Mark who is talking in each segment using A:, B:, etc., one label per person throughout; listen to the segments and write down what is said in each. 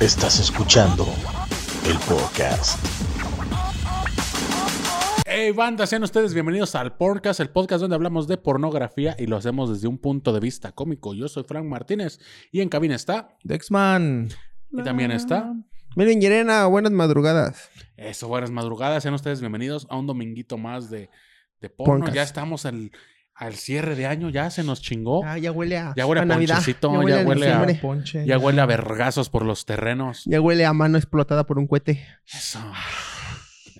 A: Estás escuchando el podcast.
B: Hey banda, sean ustedes bienvenidos al podcast, el podcast donde hablamos de pornografía y lo hacemos desde un punto de vista cómico. Yo soy Frank Martínez y en cabina está
C: Dexman.
B: y también está.
C: Miren, Yerena, buenas madrugadas.
B: Eso, buenas madrugadas, sean ustedes bienvenidos a un dominguito más de, de porno.
C: Porncast.
B: Ya estamos al, al cierre de año, ya se nos chingó.
C: Ah, ya huele a,
B: Oh. Ya huele a ponchecito, ya huele a-
C: diciembre.
B: Ya huele a vergazos por los terrenos.
C: Ya huele a mano explotada por un cohete.
B: Eso.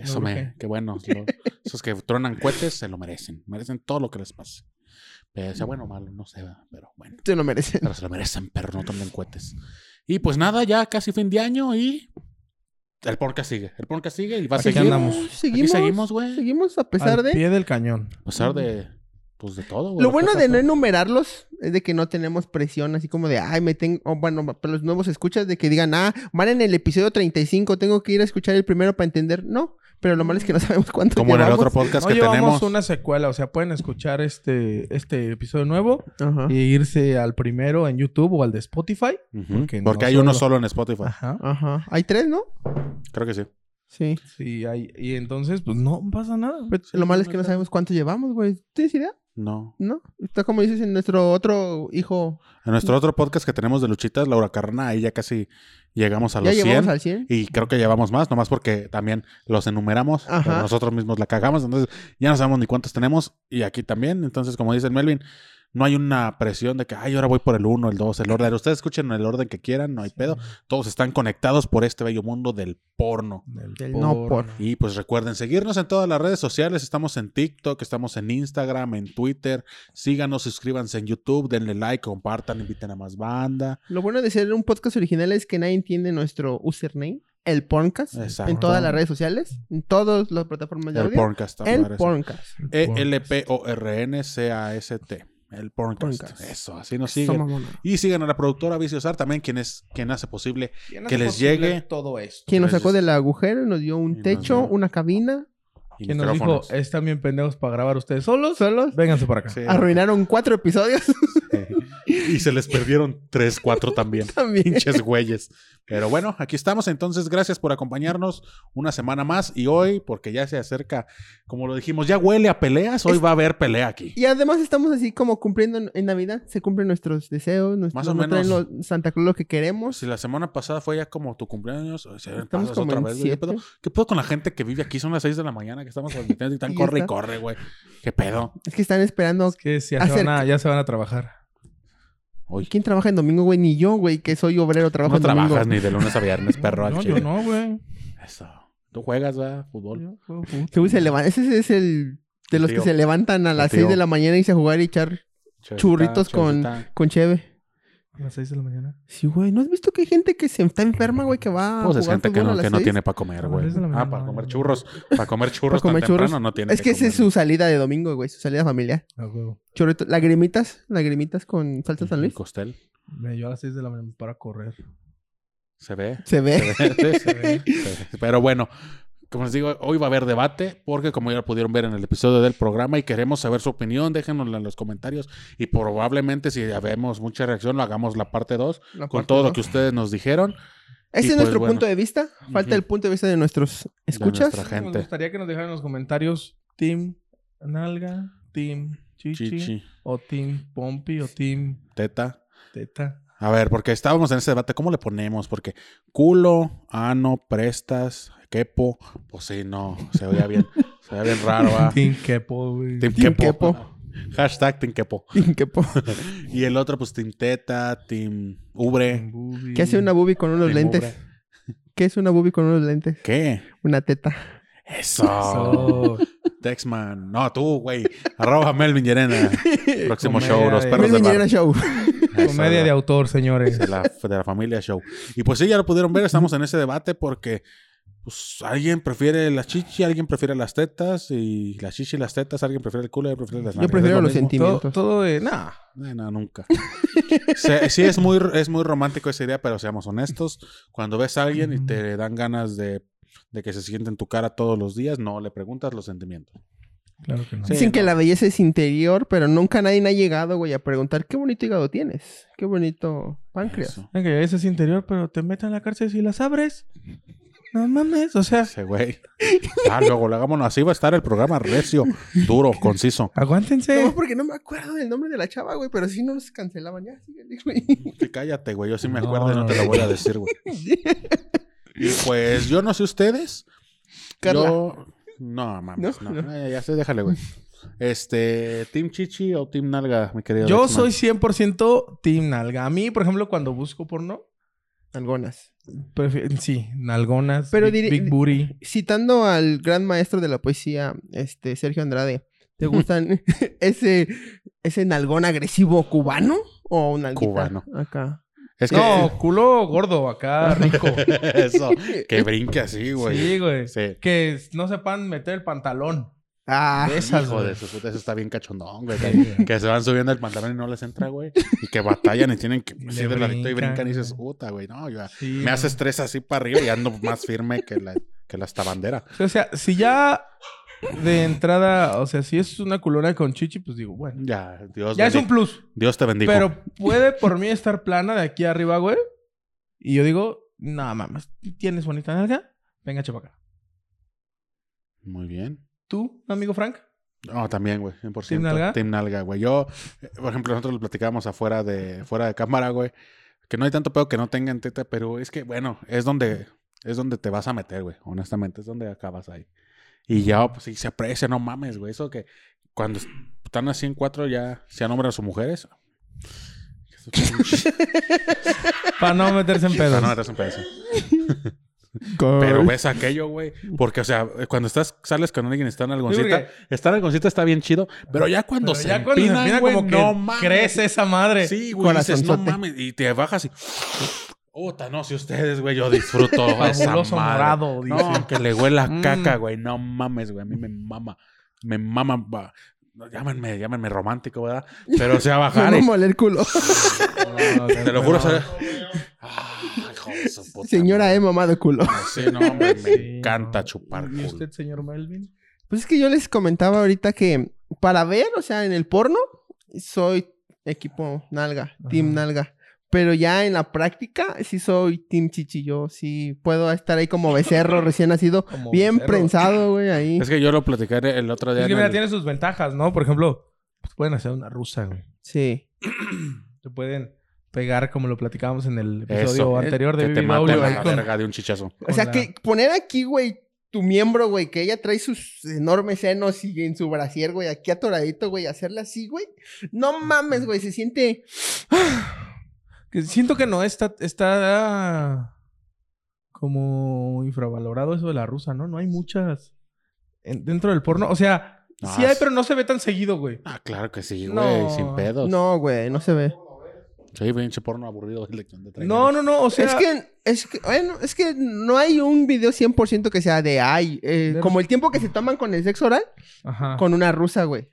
B: Eso
C: No
B: me.
C: urge.
B: Qué bueno. Lo- esos que tronan cohetes se lo merecen. Merecen todo lo que les pase. Pero sea bueno o malo, no sé, ¿verdad? pero bueno.
C: Se lo merecen.
B: Pero se lo merecen, pero no tomen cohetes. Y pues nada, ya casi fin de año y. El porca sigue. El porca sigue y va a
D: Aquí
B: seguir.
D: andamos.
B: Aquí
C: Seguimos,
B: seguimos,
C: seguimos,
B: güey.
C: a pesar
D: al
C: de...
D: pie del cañón.
B: A pesar de. Pues de todo, güey.
C: Lo bueno de no
B: no.
C: enumerarlos es de que no tenemos presión así como de, ay, me tengo, o bueno, para los nuevos escuchas de que digan, ah, van en el episodio 35, tengo que ir a escuchar el primero para entender. No, pero lo malo es que no sabemos cuánto
B: Como en el otro
C: llevamos.
B: podcast
D: No
B: que
D: llevamos
B: tenemos.
D: una secuela, o sea, pueden escuchar este, este episodio nuevo
C: Ajá.
D: e irse al primero en YouTube o al de Spotify.
B: Ujú, Porque,
D: porque no
B: hay uno
D: solo.
B: solo en Spotify.
D: Ajá.
C: Ajá. Hay tres, ¿no?
B: Creo que sí.
C: Sí.
D: Sí, ahí- y entonces, pues no pasa nada.
C: Pero
D: Sí,
C: Pues, lo malo es que no
D: pasa
C: sabemos cuánto llevamos, güey. ¿Tienes idea?
B: No.
C: No. Está como dices en nuestro otro hijo.
B: En nuestro otro podcast que tenemos de Luchitas, Laura Carna, ahí ya casi llegamos a
C: ya
B: los
C: llevamos
B: 100.
C: al 100.
B: Y creo que llevamos más, nomás porque también los enumeramos, pero
C: Ajá.
B: nosotros mismos la cagamos, entonces ya no sabemos ni cuántos tenemos. Y aquí también, entonces, como dice el Melvin, no hay una presión de que, ay, ahora voy por el 1, el 2, el orden. Ustedes escuchen el orden que quieran, no hay pedo. Todos están conectados por este bello mundo del porno.
D: nada.
C: Del no por.
B: Y pues recuerden seguirnos en todas las redes sociales. Estamos en TikTok, estamos en Instagram, en Twitter. Síganos, suscríbanse en YouTube, denle like, compartan, inviten a más banda.
C: Lo bueno de ser un podcast original es que nadie entiende nuestro username, el Porncast,
B: Exacto.
C: en todas las redes sociales, en todas las plataformas de
B: El
C: audio.
B: podcast.
C: El
B: madre.
C: Porncast.
B: Eh, E E-L-P-O-R-N-C-A-S-T. El podcast.
C: Porncast.
B: Eso, así nos
C: Eso,
B: siguen.
C: mamona.
B: Y sigan a la productora Viciosar también, quien es quien hace posible. Que les llegue-
D: todo esto.
C: Quien nos sacó
B: Gracias.
C: del agujero y nos dio
B: Y
C: un
B: nos
C: techo,
B: dio-
C: una cabina,
B: y
D: Quien nos dijo,
B: micrófonos.
D: están bien pendejos para grabar ustedes solos.
C: solos.
D: Vénganse para acá.
B: Sí.
C: Arruinaron cuatro episodios
B: y se les perdieron tres, cuatro también.
C: también.
B: Pinches güeyes. Pero bueno, aquí estamos. Entonces, gracias por acompañarnos una semana más. Y hoy, porque ya se acerca, como lo dijimos, ya huele a peleas. Hoy va a haber pelea aquí.
C: Y además estamos así como cumpliendo en, en Navidad. Se cumplen nuestros deseos. Nuestros,
B: Más o
C: nos traen
B: menos.
C: los- Santa Claus lo que queremos.
B: Si la semana pasada fue ya como tu cumpleaños, hoy se ven
C: Estamos
B: pasos
C: como
B: otra
C: en
B: vez. güey. ¿Qué
C: siete.
B: pedo? ¿Qué pedo con la gente que vive aquí? Son las 6 de la mañana que estamos transmitiendo y tan
C: Y
B: corre y
C: está.
B: corre, güey. ¿Qué pedo?
C: Es que están esperando.
D: Es que sí, ya, se van a, ya se van a trabajar.
B: Hoy
C: ¿Quién trabaja en domingo, güey? Ni yo, güey, que soy obrero, trabajo
B: no
C: en
B: trabajas
C: domingo.
B: ni de lunes a viernes, perro. al
D: no, yo
B: chile.
D: no, güey.
B: Eso. Tú juegas, ¿verdad? Fútbol.
D: Yo juego fútbol.
C: Sí, güey, se levan- Ese es el de
B: El
C: los
B: tío.
C: que se levantan a las
B: tío.
C: 6 de la mañana y se jugar y echar
B: Chavita,
C: Churritos con-
B: chavita.
C: con cheve.
D: A las 6 de la mañana.
C: Sí, güey. ¿No has visto que hay gente que se está enferma, güey, que va
B: Pues
C: a
B: es
C: Ah, jugar
B: gente que
C: fútbol a
B: no,
C: las
B: que no
C: seis?
B: tiene para comer,
D: A las
B: güey.
D: seis de la
B: Ah,
D: mañana,
B: para
D: no,
B: comer
D: no.
B: churros. Para comer churros
C: comer
B: tan
C: churros.
B: temprano no tiene
C: Es que esa es
B: comer.
C: su salida de domingo, güey. Su salida familiar.
D: A huevo.
C: Chorrito, lagrimitas, lagrimitas con salsa San
B: Y
C: Luis.
B: Costel.
D: Me yo a las 6 de la mañana para correr.
B: Se ve.
C: Se ve.
B: Se ve, se ve, se ve. Pero bueno, como les digo, hoy va a haber debate, porque como ya lo pudieron ver en el episodio del programa y queremos saber su opinión, déjenosla en los comentarios y probablemente si vemos mucha reacción, lo hagamos la parte 2
C: La
B: con
C: parte
B: todo lo
C: dos.
B: que ustedes nos dijeron. Y
C: Ese es
B: pues,
C: nuestro
B: bueno.
C: punto de vista. Falta
B: Ujú.
C: el punto de vista de nuestros escuchas.
B: nuestra
D: Nos
B: Gente.
D: gustaría que nos dejaran en los comentarios Team Nalga, Team Chichi,
B: Chichi,
D: o Team Pompi, o Team
B: teta.
D: Teta.
B: A ver, porque estábamos en ese debate, ¿cómo le ponemos? Porque culo, ano, prestas, quepo, pues sí, no, se oía bien, se oía bien raro, Ah, ¿va?
D: Team Kepo, güey.
B: Team
C: Team
B: quepo.
C: quepo.
B: Hashtag Team quepo.
C: ¿Qué, po-
B: Y el otro, pues Team Teta, Team Ubre.
D: Team Bubi.
C: ¿Qué hace una boobie con unos
B: Team
C: lentes?
B: Ubre.
C: ¿Qué es una boobie con unos lentes?
B: ¿Qué?
C: Una teta.
B: Eso.
D: So,
B: Texman. No, tú, güey. Arroba Melvin Llerena. Próximo show, los
D: Comedia de-
B: perros de
C: Melvin
B: bar.
C: Llerena Show.
B: Eso,
D: comedia de
B: la-
D: autor, señores.
B: de la, de la familia show. Y pues sí, ya lo pudieron ver. Estamos en ese debate porque pues, alguien prefiere la chichi, alguien prefiere las tetas. Y la chichi y las tetas, alguien prefiere el culo, alguien prefiere las
C: Yo
B: nalgas.
C: prefiero
B: ¿Es lo
C: los
B: mismo?
C: centí-
D: Todo,
C: Sentimientos.
D: todo de. Nah.
B: Eh, no, nunca. Se- sí, es muy, es muy romántico esa idea, pero seamos honestos. Cuando ves a alguien y te dan ganas de, de que se siente en tu cara todos los días, no le preguntas los sentimientos.
D: Claro que no.
B: Sí,
C: Dicen que
B: no.
C: la belleza es interior, pero nunca nadie ha llegado, güey, a preguntar qué bonito hígado tienes, qué bonito páncreas.
B: Eso.
D: Venga, ese es interior, pero te meten en la cárcel si las abres. No mames, o sea,
B: Ese güey. Ah, luego, lo hagámonos así. Va a estar el programa recio, duro, conciso.
D: aguántense.
C: No, porque no me acuerdo del nombre de la chava, güey, pero sí no nos cancelaban ya, síguele, güey.
B: Que Cállate, güey. Yo sí me acuerdo y no
D: No.
B: te lo voy a decir, güey. Y pues yo no sé ustedes.
C: Carla.
B: Yo. No, mames. No,
C: No, no.
B: Eh, ya sé, déjale, güey. Este, ¿Team Chichi o Team Nalga, mi querido?
D: Yo
B: Dexman?
D: soy 100% Team Nalga. A mí, por ejemplo, cuando busco porno,
C: Algunas.
D: prefi- sí, nalgonas,
C: Pero
D: big,
C: diré-
D: big booty.
C: Citando al gran maestro de la poesía, este Sergio Andrade, ¿te gustan ese ese nalgón agresivo cubano o un nalguita
B: Cubano.
C: acá?
B: Es que.
D: No, culo gordo acá, rico.
B: Eso. Que brinque así, güey.
D: sí, güey.
B: Sí.
D: Que s- no sepan meter el pantalón.
C: Ah,
D: esas,
B: Hijo
D: güey.
B: de su puta, eso está bien cachondón, güey. Que, que se van subiendo el pantalón y no les entra, güey. Y que batallan y tienen que
D: Le
B: sí, de ladito y
D: brincan,
B: brincan y dices,
D: güey.
B: puta, güey. No, yo
D: Sí,
B: me
D: güey.
B: haces tres así para arriba y ando más firme que la, que la esta bandera.
D: O sea, si ya de entrada, o sea, si es una culona con chichi, pues digo, bueno.
B: Ya, Dios,
D: Ya es un
B: bendi-
D: plus.
B: Dios te bendiga.
D: Pero puede por mí estar plana de aquí arriba, güey. Y yo digo, nada mames, ¿tienes bonita nalga? Venga, chepa acá.
B: Muy bien.
D: ¿Tú, amigo Frank?
B: No, también, güey, 100%.
D: ¿Team Nalga?
B: Team Nalga, güey. Yo, eh, por ejemplo, nosotros lo platicábamos afuera de, fuera de cámara, güey. Que no hay tanto pedo que no tengan teta, pero es que, bueno, es donde, es donde te vas a meter, güey. Honestamente, es donde acabas ahí. Y ya, pues sí, se aprecia, no mames, güey. Eso que cuando es- están así en cuatro ya se nombran a sus mujeres.
D: Para no meterse en
B: Ah,
D: pedos.
B: no, eres un pedazo. Pero ves aquello, güey. Porque, o sea, cuando estás, sales con alguien y está en algoncita, está en algoncita está bien chido. Pero ya cuando
D: Pero
B: se
D: ya cuando se
B: empinan,
D: mira
B: güey,
D: como que
B: no mames.
D: crece esa madre.
B: Sí, güey, dices, no
C: Corazonzote.
B: mames, y te bajas y... Puta, no, si ustedes, güey, yo disfruto esa madre.
D: Fabuloso morado, dice.
B: No, que le huela a
D: Mm.
B: caca, güey, no mames, güey, a mí me mama, me mama, va. No, llámenme, llámenme romántico, ¿verdad? Pero o sea, bajar y...
C: Vamos a oler culo.
B: Te lo juro, o sea... Ah, hijo de su puta
C: Señora
B: madre.
C: he mamado culo.
B: Sí, no, hombre, me
D: Sí,
B: encanta
D: no.
B: chupar
D: ¿Y
B: culo.
D: usted, señor Melvin?
C: Pues es que yo les comentaba ahorita que para ver, o sea, en el porno, soy equipo nalga, team
D: Ajá.
C: nalga. Pero ya en la práctica, sí soy team chichi. Yo sí puedo estar ahí como becerro recién nacido,
D: Como
C: bien
D: becerro.
C: prensado, güey, ahí.
B: Es que yo lo platiqué el otro día
D: Es que
B: en
D: mira,
B: el-
D: tiene sus ventajas, ¿no? Por ejemplo, pues, pueden hacer una rusa, güey.
C: Sí.
D: Te pueden pegar como lo platicábamos en el
B: Eso,
D: episodio anterior de
B: que te
D: BBW,
B: mata
D: ahí
B: la
D: con-
B: verga de un chichazo.
C: O sea,
D: Hola.
C: que poner aquí, güey, tu miembro, güey, que ella trae sus enormes senos y en su brasier, güey, aquí atoradito, güey, hacerle así, güey. No mames, güey, se siente...
D: que siento que no está está ah, como infravalorado eso de la rusa, ¿no? No hay muchas en- dentro del porno, o sea,
B: No,
D: sí hay,
B: es-
D: pero no se ve tan seguido, güey.
B: Ah, claro que sí, güey,
D: No.
B: sin pedos.
C: No, güey, no se ve.
B: Sí, pinche porno aburrido. el que anda trayendo.
D: No, no, no, o sea,
C: es que, es que, bueno, es que no hay un video 100% que sea de ay, eh,
D: De-
C: como el tiempo que se toman con el sexo oral
D: ajá,
C: con una rusa, güey.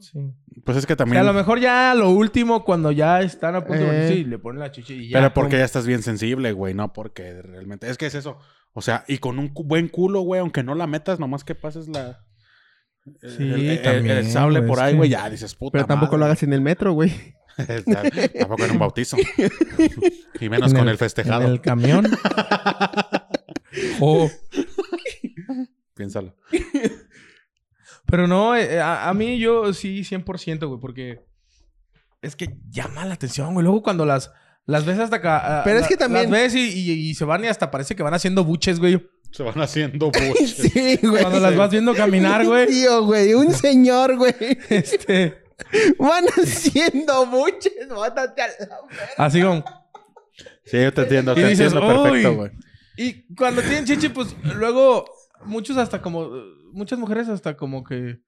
D: sí.
B: Pues es que
D: O sea,
B: también.
D: a lo mejor ya lo último cuando ya están a punto de
C: Eh.
D: sí, le ponen la chicha y ya.
B: pero porque ya estás bien sensible, güey, no porque realmente. Es que es eso. O sea, y con un cu- buen culo, güey, aunque no la metas, nomás que pases la. el-
D: Sí,
B: el, el-
D: también,
B: el sable
D: güey,
B: por
D: es
B: ahí,
D: que-
B: güey, ya dices puta.
C: Pero tampoco lo hagas en el metro, güey.
B: madre. Tam- tampoco en un bautizo. y menos
D: En
B: con el, festejado.
D: en el camión. o
B: Piénsalo.
D: Pero no, eh, a, a mí yo sí 100%, güey, porque es que llama la atención, güey. Luego cuando las, las ves hasta acá... ah,
C: Pero es
D: la-
C: que también-
D: Las ves y, y- y se van y hasta parece que van haciendo buches, güey.
B: Se van haciendo buches.
C: Sí, güey.
D: Cuando las vas viendo caminar,
C: Un
D: güey.
C: tío, güey, un señor, güey.
D: Este,
C: Van haciendo buches, mátate al
D: así como...
B: Sí, yo te entiendo,
D: Y
B: te
D: dices,
B: entiendo perfecto,
D: "Uy".
B: güey.
D: Y cuando tienen chichi, pues luego muchos hasta como... Muchas mujeres hasta como que...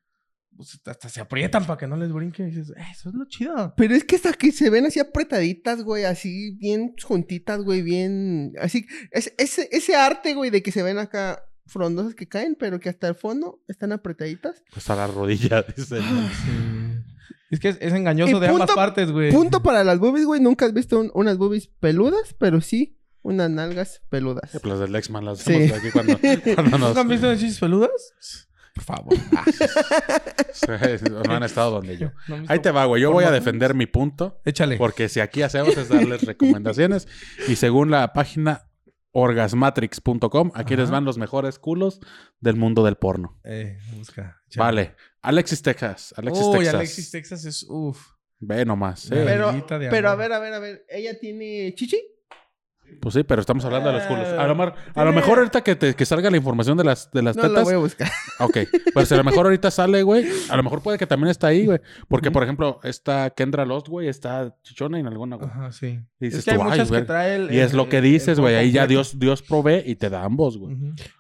D: pues, hasta se aprietan para que no les brinque. Y dices, "Eh, eso es lo chido.
C: Pero es que hasta que se ven así apretaditas, güey, así bien juntitas, güey, bien. Así, es, ese, ese arte, güey, de que se ven acá frondosas que caen, pero que hasta el fondo están apretaditas.
B: Pues a la rodilla, dicen.
D: Es que es, es engañoso
C: Y
D: de ambas
C: punto-
D: partes, güey.
C: Punto para las boobies, güey. Nunca has visto un- unas boobies peludas, pero sí unas nalgas peludas.
B: Las del Lexman las
C: Sí.
B: hacemos aquí cuando, cuando
D: ¿Nunca
B: nos.
D: han visto las chichis peludas? Por favor. Ah,
B: no han estado donde yo.
D: no, mis
B: Ahí te va, güey. Yo
D: Por
B: voy a
D: favor.
B: defender mi punto.
D: Échale.
B: Porque si aquí hacemos es darles recomendaciones. Y según la página orgasmatrix.com, aquí les
D: Ajá.
B: van los mejores culos del mundo del porno.
D: Eh, busca. échale.
B: Vale. Alexis Texas. Alexis
D: Uy,
B: Texas.
D: Alexis Texas es uff.
B: Ve nomás. eh. sí.
D: Ve.
C: Pero,
D: Amiguita de
C: pero a
D: amor.
C: ver, a ver, a ver. ¿Ella tiene chichi?
B: Pues sí, pero estamos hablando de los culos. A lo, mar- a lo
D: Tiene-
B: mejor ahorita que, te- que salga la información de las, de las
C: No la
B: tetas.
C: voy a buscar.
B: Ok. Pero si a lo mejor ahorita sale, güey. A lo mejor puede que también está ahí, güey. Porque, por ejemplo, esta Kendra Lost, güey, está chichona en alguna, güey.
D: Ajá, sí.
B: Y dices
D: es que hay
B: tú, "Ay,
D: muchas que
B: güey".
D: traen.
B: Y es lo
C: eh,
B: que dices, güey. Ahí ya Dios, Dios provee y te da ambos, güey.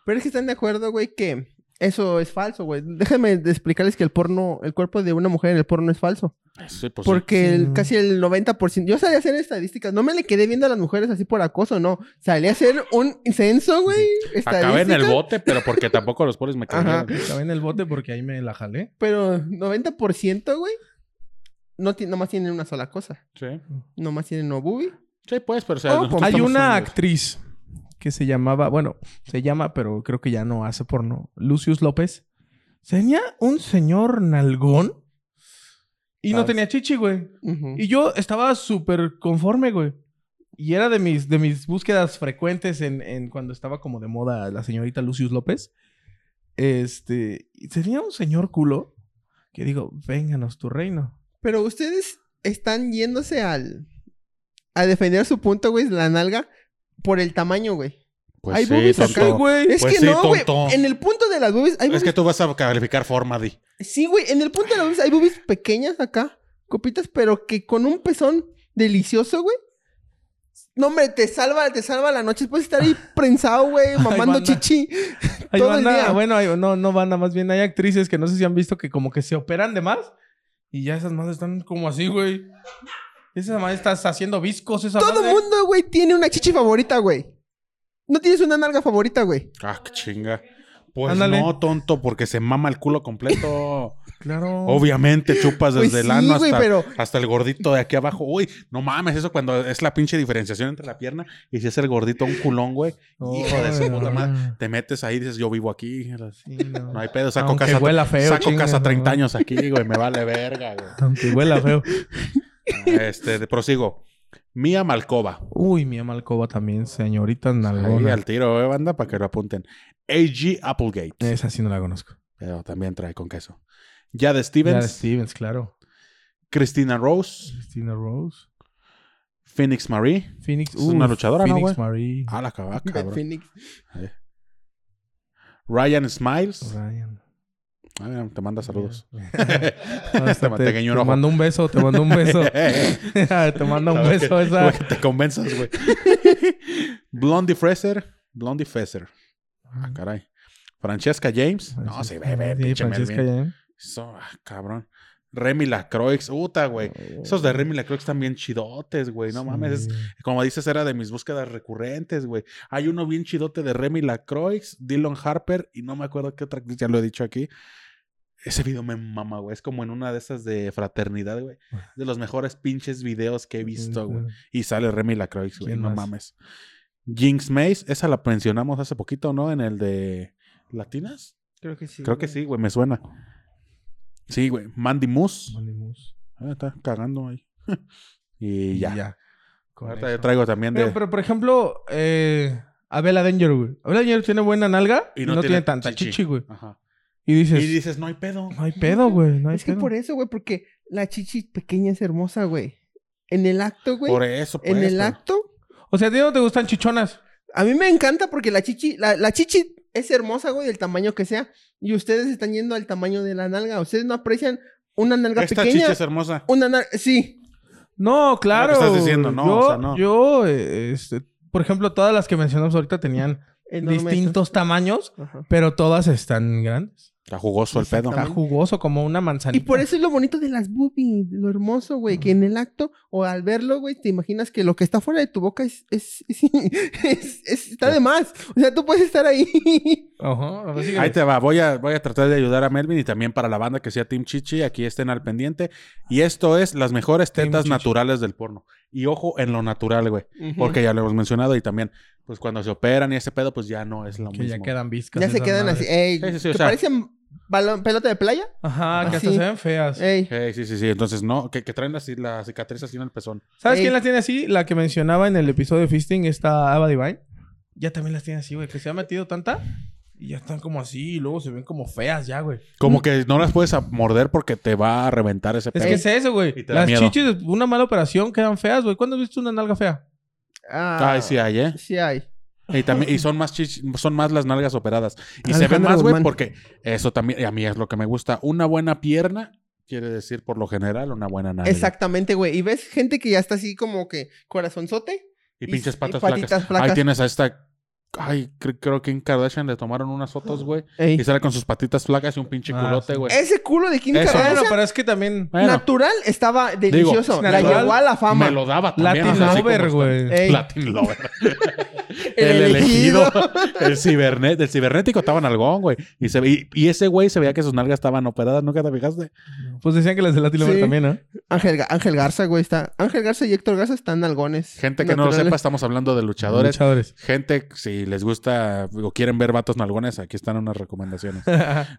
C: Pero es que están de acuerdo, güey, que eso es falso, güey. Déjenme de explicarles que el porno, el cuerpo de una mujer en el porno es falso.
B: Sí, pues sí.
C: porque
D: sí.
C: el-
D: Mm.
C: casi el 90%. Yo salí a hacer estadísticas. No me le quedé viendo a las mujeres así por acoso, no. Salí a hacer un censo, güey.
B: Acabé en el
C: estadísticas,
B: bote, pero porque tampoco los pobres me
C: Ajá.
B: creyeron.
D: Estaba en el bote porque ahí me la jalé.
C: Pero 90%, güey. No ti- nomás tienen una sola cosa.
B: Sí.
C: Nomás tienen no boobie.
B: Sí, pues, pero o sea,
C: Oh,
B: nosotros
C: pues,
D: Hay
B: estamos
D: una
B: en-
D: actriz que se llamaba, bueno, se llama, pero creo que ya no hace porno, Lucius López. Tenía un señor nalgón y no
B: Ah,
D: tenía chichi, güey.
C: Ujú.
D: Y yo estaba súper conforme, güey. Y era de mis, de mis búsquedas frecuentes en, en cuando estaba como de moda la señorita Lucius López. Este, y tenía un señor culo que digo, vénganos tu reino.
C: Pero ustedes están yéndose al. a defender su punto, güey, de la nalga por el tamaño, güey.
B: Pues
C: Hay
B: sí,
C: boobies
B: tonto.
C: acá,
D: güey.
C: Es
B: Pues
C: que
B: sí,
C: no, güey.
B: tonto.
C: En el punto de las boobies hay
B: Es
C: boobies.
B: que tú vas a calificar forma, Di.
C: Sí, güey. En el punto de las boobies hay boobies pequeñas acá, copitas, pero que con un pezón delicioso, güey. No, hombre, te salva, te salva la noche. Puedes estar ahí prensado, güey, mamando
D: banda.
C: chichi.
D: Hay
C: Todo el
D: banda-
C: día.
D: bueno, hay- no, no banda, más bien hay actrices que no sé si han visto que como que se operan de más y ya esas madres están como así, güey. Esa madre estás haciendo viscos, esa
C: Todo
D: madre.
C: mundo, güey, tiene una chichi favorita, güey. No tienes una nalga favorita, güey.
B: Ah, qué chinga. Pues
D: Ándale.
B: no, tonto, porque se mama el culo completo.
D: Claro.
B: Obviamente chupas
C: Pues
B: desde el ano
C: sí, güey,
B: hasta,
C: pero-
B: hasta el gordito de aquí abajo. Uy, no mames, eso cuando es la pinche diferenciación entre la pierna y si es el gordito un culón, güey.
D: Oh,
B: Hijo de su
D: Ay,
B: puta
D: no.
B: madre. Te metes ahí y dices, yo vivo aquí.
D: Sí, no.
B: No hay pedo, saco
D: Aunque
B: casa.
D: huela feo,
B: saco
D: chinga,
B: casa
D: no.
B: 30 años aquí, güey. Me vale verga, güey.
D: Aunque huela feo.
B: Este, de- prosigo. Mía Malcova.
D: Uy, mi Malcova también, señorita
B: Ahí
D: nalgona.
B: al tiro, eh, banda, para que lo apunten. A.G. Applegate.
D: Esa sí no la conozco.
B: Pero también trae con queso. Ya de
D: Stevens.
B: Stevens.
D: Stevens, claro.
B: Christina Rose.
D: Christina Rose.
B: Phoenix Marie.
D: Phoenix.
B: Es una luchadora, ¿no,
D: Phoenix
B: güey?
D: Marie.
B: Ah, la cabaca, cabrón. Eh.
C: Phoenix.
B: Ryan Smiles.
D: Ryan.
B: Ah, mira, te manda saludos. Este
D: Hasta
B: Te- te guiñó un
D: Ah, te
B: ojo.
D: mando un beso, te mando un beso. te mando un beso esa.
B: Güey, te convenzas, güey. Blondie Fraser. Blondie Fraser. Ah, caray. Francesca James. No, sí, ve, ve,
D: Sí,
B: pinche
D: Francesca
B: Melvin.
D: Jaén.
B: Eso, ah, cabrón. Remy Lacroix. Uta, güey. Esos de Remy Lacroix están bien chidotes, güey. No mames.
D: Sí.
B: es- como dices, era de mis búsquedas recurrentes, güey. Hay uno bien chidote de Remy Lacroix, Dylan Harper y no me acuerdo qué otra actriz, ya lo he dicho aquí. Ese video me mama, güey. Es como en una de esas de fraternidad, güey. De los mejores pinches videos que he visto, güey. Y sale Remy Lacroix, güey.
D: ¿Quién
B: No
D: más?
B: mames. Jinx Mace, esa la mencionamos hace poquito, ¿no? En el de Latinas.
C: Creo que sí.
B: Creo que sí, güey, me suena. Sí, güey. Mandy Moose.
D: Malimus.
B: Ah, está cagando ahí. y ya.
D: Con
B: Ahorita
D: eso.
B: yo traigo también de.
D: Pero, pero, por ejemplo, eh, Abela Danger, güey. Abela Danger tiene buena nalga y no, tiene, tanta chichi, güey.
B: Ajá. Ah.
D: Y
B: Y
D: dices,
B: dices, no hay pedo.
D: no hay pedo, güey. No hay
C: Es que
D: pedo.
C: por
B: e-".
C: eso, güey, porque la chichi pequeña es hermosa, güey. En el acto, güey.
B: Por eso, pues.
C: en el
B: pero-
C: acto.
D: O sea, ¿a ti no te gustan chichonas?
C: A mí me encanta porque la chichi, la, la chichi es hermosa, güey, del tamaño que sea. Y ustedes están yendo al tamaño de la nalga. Ustedes no aprecian una nalga
B: Esta
C: pequeña.
B: chicha es hermosa.
C: Una nalga. Sí.
D: No, claro.
B: estás diciendo, no,
D: Yo,
B: o sea, no.
D: yo eh, este, por ejemplo, todas las que mencionamos ahorita tenían
C: enorme.
D: distintos tamaños,
C: Ajá.
D: pero todas están grandes.
B: Está jugoso el pedo.
D: Está
C: Exactamente.
D: jugoso como una
C: Y
D: manzanita.
C: por eso es lo bonito de las boobies, lo hermoso, güey, que en el acto o al verlo, güey, te imaginas que lo que está fuera de tu boca es, es, es- es- es- está de más. O sea, tú puedes estar ahí.
D: Ajá, a ver, síguele.
B: Ahí te va, voy a, voy a tratar de ayudar a Melvin y también para la banda que sea Team Chichi, aquí estén al pendiente. Y esto es las mejores
D: Team
B: tetas
D: Chichi.
B: naturales del porno. Y ojo en lo natural, güey, porque ya lo hemos mencionado y también, pues cuando se operan y ese pedo, pues ya no es lo
D: que
B: mismo.
D: ya quedan viscas.
C: ya se
D: esas
C: quedan
D: madres.
C: así. Ey,
B: Sí, sí, sí, o
C: que
B: sea-
C: parecen balón- pelota de playa.
D: Ajá, que hasta
C: Así.
D: se ven feas.
C: Ey.
B: Ey, sí, sí, sí. Entonces, no, que, que traen la, ci- la cicatriz así en el pezón.
D: ¿Sabes
C: Ey.
D: quién las tiene así? La que mencionaba en el episodio de Fisting, esta Ava Divine. Ya también las tiene así, güey. Que se ha metido tanta y ya están como así. Y luego se ven como feas ya, güey.
B: Como que no las puedes a- morder porque te va a reventar ese
D: Mm. Es
B: pezón.
D: que es eso, güey.
B: Y te da
D: Las
B: miedo.
D: chichis, de una mala operación, quedan feas, güey. ¿Cuándo has visto una nalga fea?
C: Ah,
B: Ay, sí hay, ¿eh?
C: Sí hay.
B: Y, también, y son, más chich- son más las nalgas operadas. Y se ven
C: Alejandra
B: más, güey,
C: Guzmán.
B: porque eso también, y a mí es lo que me gusta. Una buena pierna quiere decir, por lo general, una buena nalga.
C: Exactamente, güey. Y ves gente que ya está así como que corazonzote.
B: Y
C: Y-
B: pinches
C: y
B: patas
C: patitas
B: flacas. Ahí
C: flacas.
B: tienes a esta... Ay, cre- creo que en Kardashian le tomaron unas fotos, güey.
C: Ey.
B: Y sale con sus patitas flacas y un pinche
D: Ah,
B: culote,
D: sí.
B: güey.
C: Ese culo de Kim
B: Pues, Eso.
C: Kardashian,
D: Bueno, pero es que también
B: Bueno,
C: natural, estaba delicioso.
D: es
C: la
D: natural,
C: llevó a la fama.
B: me lo daba también.
D: Latin
B: así como
D: Lover,
B: está.
D: güey.
C: Ey.
B: Latin Lover. el elegido. el, cibernet, el cibernético estaba en algón, güey. Y, se, y, y ese güey se veía que sus nalgas estaban operadas. ¿Nunca te fijaste?
D: Pues decían que las de Latin Lover
C: Sí.
D: también, ¿no?
C: Ángel, Ga- Ángel Garza, güey, está. Ángel Garza y Héctor Garza están algones.
B: Gente que no lo sepa, estamos hablando de luchadores.
D: Luchadores.
B: Gente, si les gusta o quieren ver vatos nalgones, aquí están unas recomendaciones.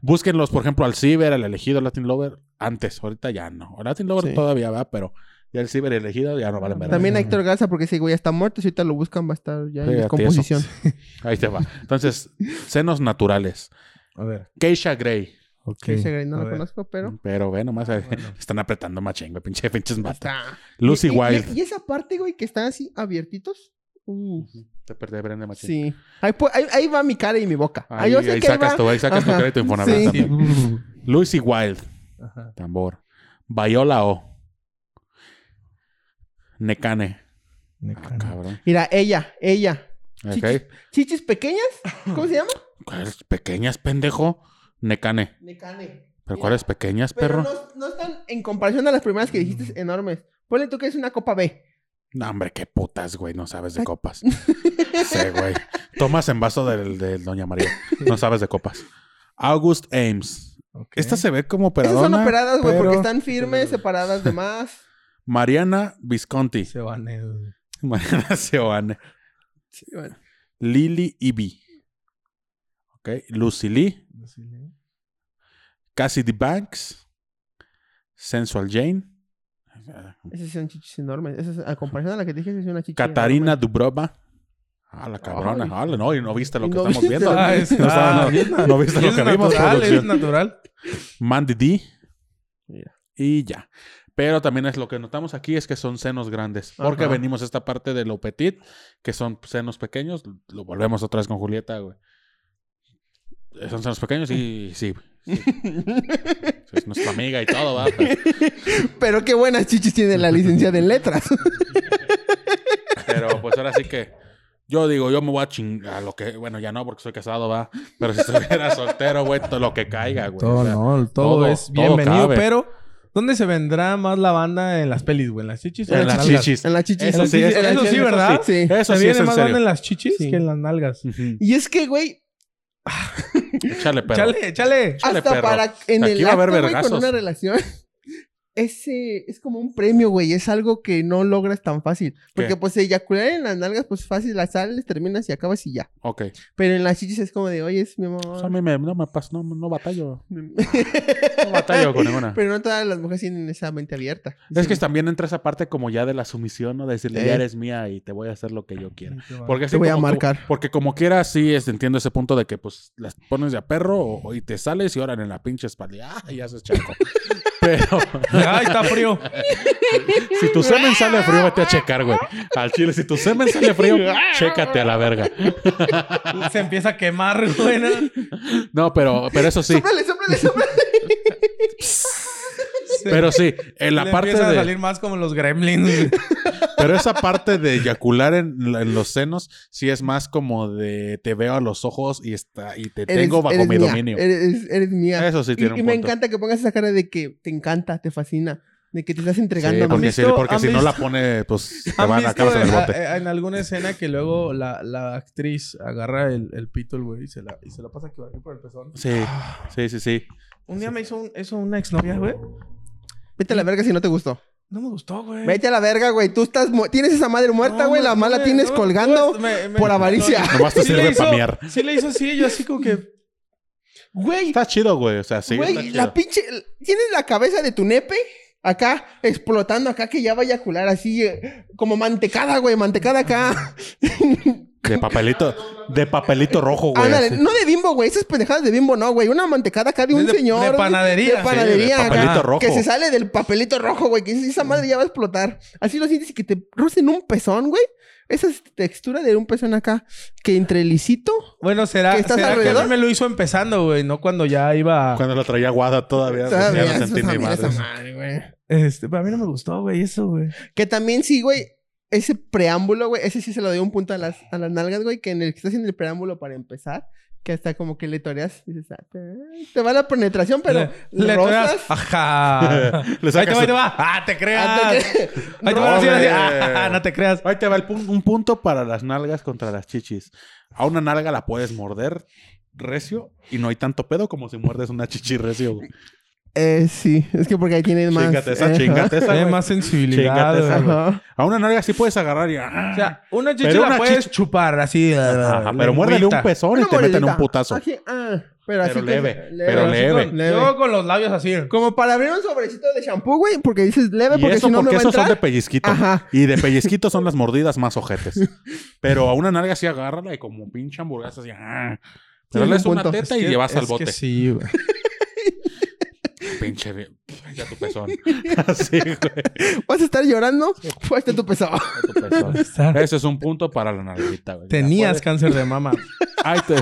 B: Búsquenlos, por ejemplo, al Ciber, al elegido, al Latin Lover. Antes, ahorita ya no. Al Latin Lover
C: Sí.
B: todavía va, pero ya el Ciber y el elegido ya no valen verga.
C: También a Héctor Garza, porque ese güey ya está muerto. Si ahorita lo buscan, va a estar ya
B: Sí, a
C: en
B: ti
C: descomposición.
B: Ahí te va. Entonces, senos naturales.
D: A ver.
B: Keisha Grey.
D: Ok.
C: Sí, ese güey no
D: A
C: lo
D: ver.
C: conozco, pero.
B: Pero ve nomás, eh,
D: bueno.
B: están apretando machín, güey. Pinche, pinches mata.
C: Está.
B: Lucy
C: Y- y-
B: Wilde.
C: Y, esa parte, güey, que están así abiertitos. Uh,
B: Te perdí, prende machín.
C: sí. Ahí, pu- ahí- ahí va mi cara y mi boca. Ah,
B: Ahí,
C: yo sé
B: ahí
C: que ahí
B: sacas
C: va.
B: tu, ahí sacas tu
C: Ajá.
B: crédito Infonavit
C: Sí.
B: también.
D: Uh.
B: Lucy Wilde,
D: Ajá.
B: tambor. Viola O. Necane. Ah, cabrón.
C: Mira, ella, ella.
B: Ok.
C: Chichis, chichis pequeñas. ¿Cómo se llama?
B: ¿Cuáles pequeñas, pendejo? Necane.
C: Necane.
B: ¿Pero
C: Mira,
B: cuáles pequeñas, perro?
C: Pero no, no están en comparación a las primeras que dijiste enormes. Ponle tú que es una copa B.
B: No, hombre, qué putas, güey. No sabes de copas. sí, güey. Tomas en vaso del, del Doña María. No sabes de copas. August Ames.
D: Ok.
B: Esta se ve como
C: Esas
B: operadona.
C: son operadas, güey,
B: pero-
C: porque están firmes, separadas de más.
B: Mariana Visconti.
D: se van el...
B: Mariana Seoane.
C: Sí, bueno.
B: Lily Ibi. Ok. Lucy Lee. Cassidy Banks. Sensual Jane.
C: Esas son chichis enormes. Esas, a comparación a la que te dije, es una chichi.
B: Catarina
C: enorme.
B: Dubrova. Ah, la cabrona.
C: Ay.
B: Ah, no, y no viste lo
C: Y
B: que
C: no
B: estamos
C: viste
B: viendo.
C: la-
D: Ah, está.
B: No estaba- no- no viste lo
D: Es
B: que vimos,
D: natural, es
B: producción.
D: natural.
B: Mandy D.
C: Mira.
B: Y ya. Pero también es lo que notamos aquí es que son senos grandes. Porque
D: Ajá.
B: venimos a esta parte de lo petit, que son senos pequeños. Lo volvemos otra vez con Julieta, güey. Eh, Son senos pequeños y sí. sí. Es nuestra amiga y todo, va. Pero,
C: Pero qué buenas chichis tiene la licenciada en letras.
B: pero, pues ahora sí que. Yo digo, yo me voy a chingar lo que. Bueno, ya no, porque soy casado, va. Pero si estuviera soltero, güey, todo lo que caiga, güey. Pues,
D: Todo,
B: O sea,
D: no, todo,
B: todo-
D: es
B: todo
D: bienvenido,
B: cabe.
D: pero ¿dónde se vendrá más la banda en las pelis, güey? ¿En las chichis? o
B: En las
D: nalgas?
B: chichis.
C: en la chichis.
B: Eso sí,
D: Eso
B: eso
D: sí, ¿verdad?
C: Sí.
B: Eso
D: ¿Se
B: sí
D: viene
B: es en
D: más banda en
B: serio. Mm,
D: las chichis
C: Sí.
D: que en las nalgas?
B: Ujú.
C: Y es que, güey,
B: Échale, pero.
D: ¡Chale, chale!
B: Chale,
C: hasta
B: perro.
C: para en
B: Aquí
C: el
B: va a haber
C: acto, güey, con
B: vergazos.
C: una relación. Ese es como un premio, güey. Es algo que no logras tan fácil. Porque,
B: ¿Qué?
C: pues, eyacular en las nalgas, pues fácil, las sales, terminas y acabas y ya.
B: Ok.
C: Pero en las chichis es como de, oye, es mi amor.
B: O sea, a mí me- no me pasa, no, no batallo. No batallo con ninguna.
C: Pero no todas las mujeres tienen esa mente abierta.
B: Es que también entra esa parte como ya de la sumisión, ¿no? De decirle,
C: Eh.
B: ya eres mía y te voy a hacer lo que yo quiera. Porque así
C: Te voy a
B: como-
C: marcar.
B: porque como quiera, sí, es- entiendo ese punto de que pues las pones de a perro o- y te sales y oran en la pinche espalda. Y, ¡Ah! Y haces chaco. Pero
D: ¡Ay, está frío!
B: si tu semen sale frío, vete a checar, güey. Al chile, si tu semen sale frío, chécate a la verga.
D: Se empieza a quemar, güey. ¿no?
B: No, pero, pero eso sí.
C: Sóplale, sóplale, sóplale.
D: Se-
B: Pero sí, en la
D: le
B: parte
D: empiezan
B: de...
D: a salir más como los gremlins. güey.
B: Pero esa parte de eyacular en, la- en los senos sí es más como de te veo a los ojos y está y te
C: Eres-
B: tengo bajo
C: eres
B: mi
C: mía,
B: dominio.
C: Eres, eres mía.
B: Eso sí
C: Y-
B: tiene
C: y
B: un
C: me
B: punto.
C: encanta que pongas esa cara de que te encanta, te fascina, de que te estás entregando.
B: Sí,
C: amor.
B: porque
D: ¿Han
B: si,
D: visto-
B: porque
D: han
B: si no la
D: visto-
B: pone, pues te
D: ¿Han
B: van a
D: visto
B: acabar en el
D: en,
B: bote.
D: a- en alguna escena que luego la, la actriz agarra el, el pito, el güey, y se la, y se la pasa aquí por el pezón?
B: Sí, sí, sí, sí.
D: Un día me hizo un- eso una exnovia, güey.
C: Vete a la verga si no te gustó.
D: No me gustó, güey.
C: Vete a la verga, güey. Tú estás mu- tienes esa madre muerta,
D: No,
C: güey. la
D: no
C: mala
D: me-
C: tienes
D: no me-
C: colgando.
D: no, me- me-
C: por avaricia.
B: Nomás te
D: Sí le
B: sirve
D: hizo-
B: pa' mear.
D: Sí le hizo así, yo así como que... Güey,
B: Está chido, güey. O sea, sí.
C: Güey,
B: está
C: la
B: chido.
C: pinche. Tienes la cabeza de tu nepe acá explotando acá que ya va a eyacular así eh, como mantecada, güey, mantecada acá.
B: De papelito, de papelito rojo, güey.
C: Ándale,
B: así.
C: no de bimbo, güey, esas pendejadas de bimbo, no, güey, una mantecada acá de un
D: De- de
C: señor. güey,
D: panadería.
C: De
D: Sí,
C: panadería.
B: de
C: acá,
B: papelito rojo.
C: Que se sale del papelito rojo, güey, que dices, esa madre ya va a explotar. Así lo sientes y que te rocen un pezón, güey. Esa es textura de un pezón acá que entre lisito.
D: bueno, será,
C: ¿Que estás
D: será que a
C: alrededor?
D: mí me lo hizo empezando, güey, no cuando ya iba.
B: Cuando lo traía guada todavía. pues,
C: ¿sabes?
B: ya no sentí
C: Esa
B: ni
C: madre, esa
B: madres.
C: madre, güey.
D: Este, pero a mí no me gustó, güey, eso, güey.
C: Que también sí, güey. Ese preámbulo, güey. Ese sí se lo dio un punto a las, a las nalgas, güey. Que en el que está haciendo el preámbulo para empezar. Que hasta como que le toreas. Dices, ah, te- te va la penetración, pero
D: Le- le
C: rosas.
D: toreas, Ajá.
B: Le
D: ahí te
B: sacas-
D: va, ahí te va. Ah, te creas.
C: Ah, te-
D: Ahí te va, así,
B: No,
D: así.
B: güey.
D: Ah, no te creas.
B: Ahí te va el pun- un punto para las nalgas contra las chichis. A una nalga la puedes morder recio y no hay tanto pedo como si muerdes una chichi recio. güey.
C: Eh, sí. Es que porque ahí tienes más. eh.
B: Chingate esa,
C: Ajá.
B: chingate esa.
D: Tiene
B: güey.
D: más sensibilidad,
B: Chingate esa,
D: güey.
B: güey.
C: Ajá.
B: A una nalga sí puedes agarrar y.
D: O sea, una chicha
B: Pero
D: la
B: una
D: puedes chupar así.
B: Ajá, pero muérdele un
D: pez.
B: pezón y
C: Una
B: te meten
C: mordidita.
B: un putazo.
C: Aquí, ah, pero así.
B: Pero
C: que-
B: leve, pero
C: así
B: leve.
C: con-
D: Yo con los labios así.
C: Como para abrir un sobrecito de shampoo, güey. Porque dices leve,
B: Y
C: porque
B: eso
C: si no me
B: porque
C: va a
B: esos son de
C: entrar.
B: pellizquito.
C: Ajá.
B: Y de pellizquito son las mordidas más ojetes. Pero a una nalga sí agárrala y como pinche hamburguesa así. ah. Pero
C: Tiene
B: le es
C: un
B: una
C: punto.
B: teta
D: Es
B: y
D: que-
B: llevas al
D: es
B: bote.
D: que sí, güey.
B: Pinche. re- Ya tu pezón. Así, güey.
C: Vas a estar llorando. Fuiste tu pesado.
B: ya tu pezón. Ese es un punto para la nalguita, güey.
D: Tenías cáncer de mama.
B: Ahí te.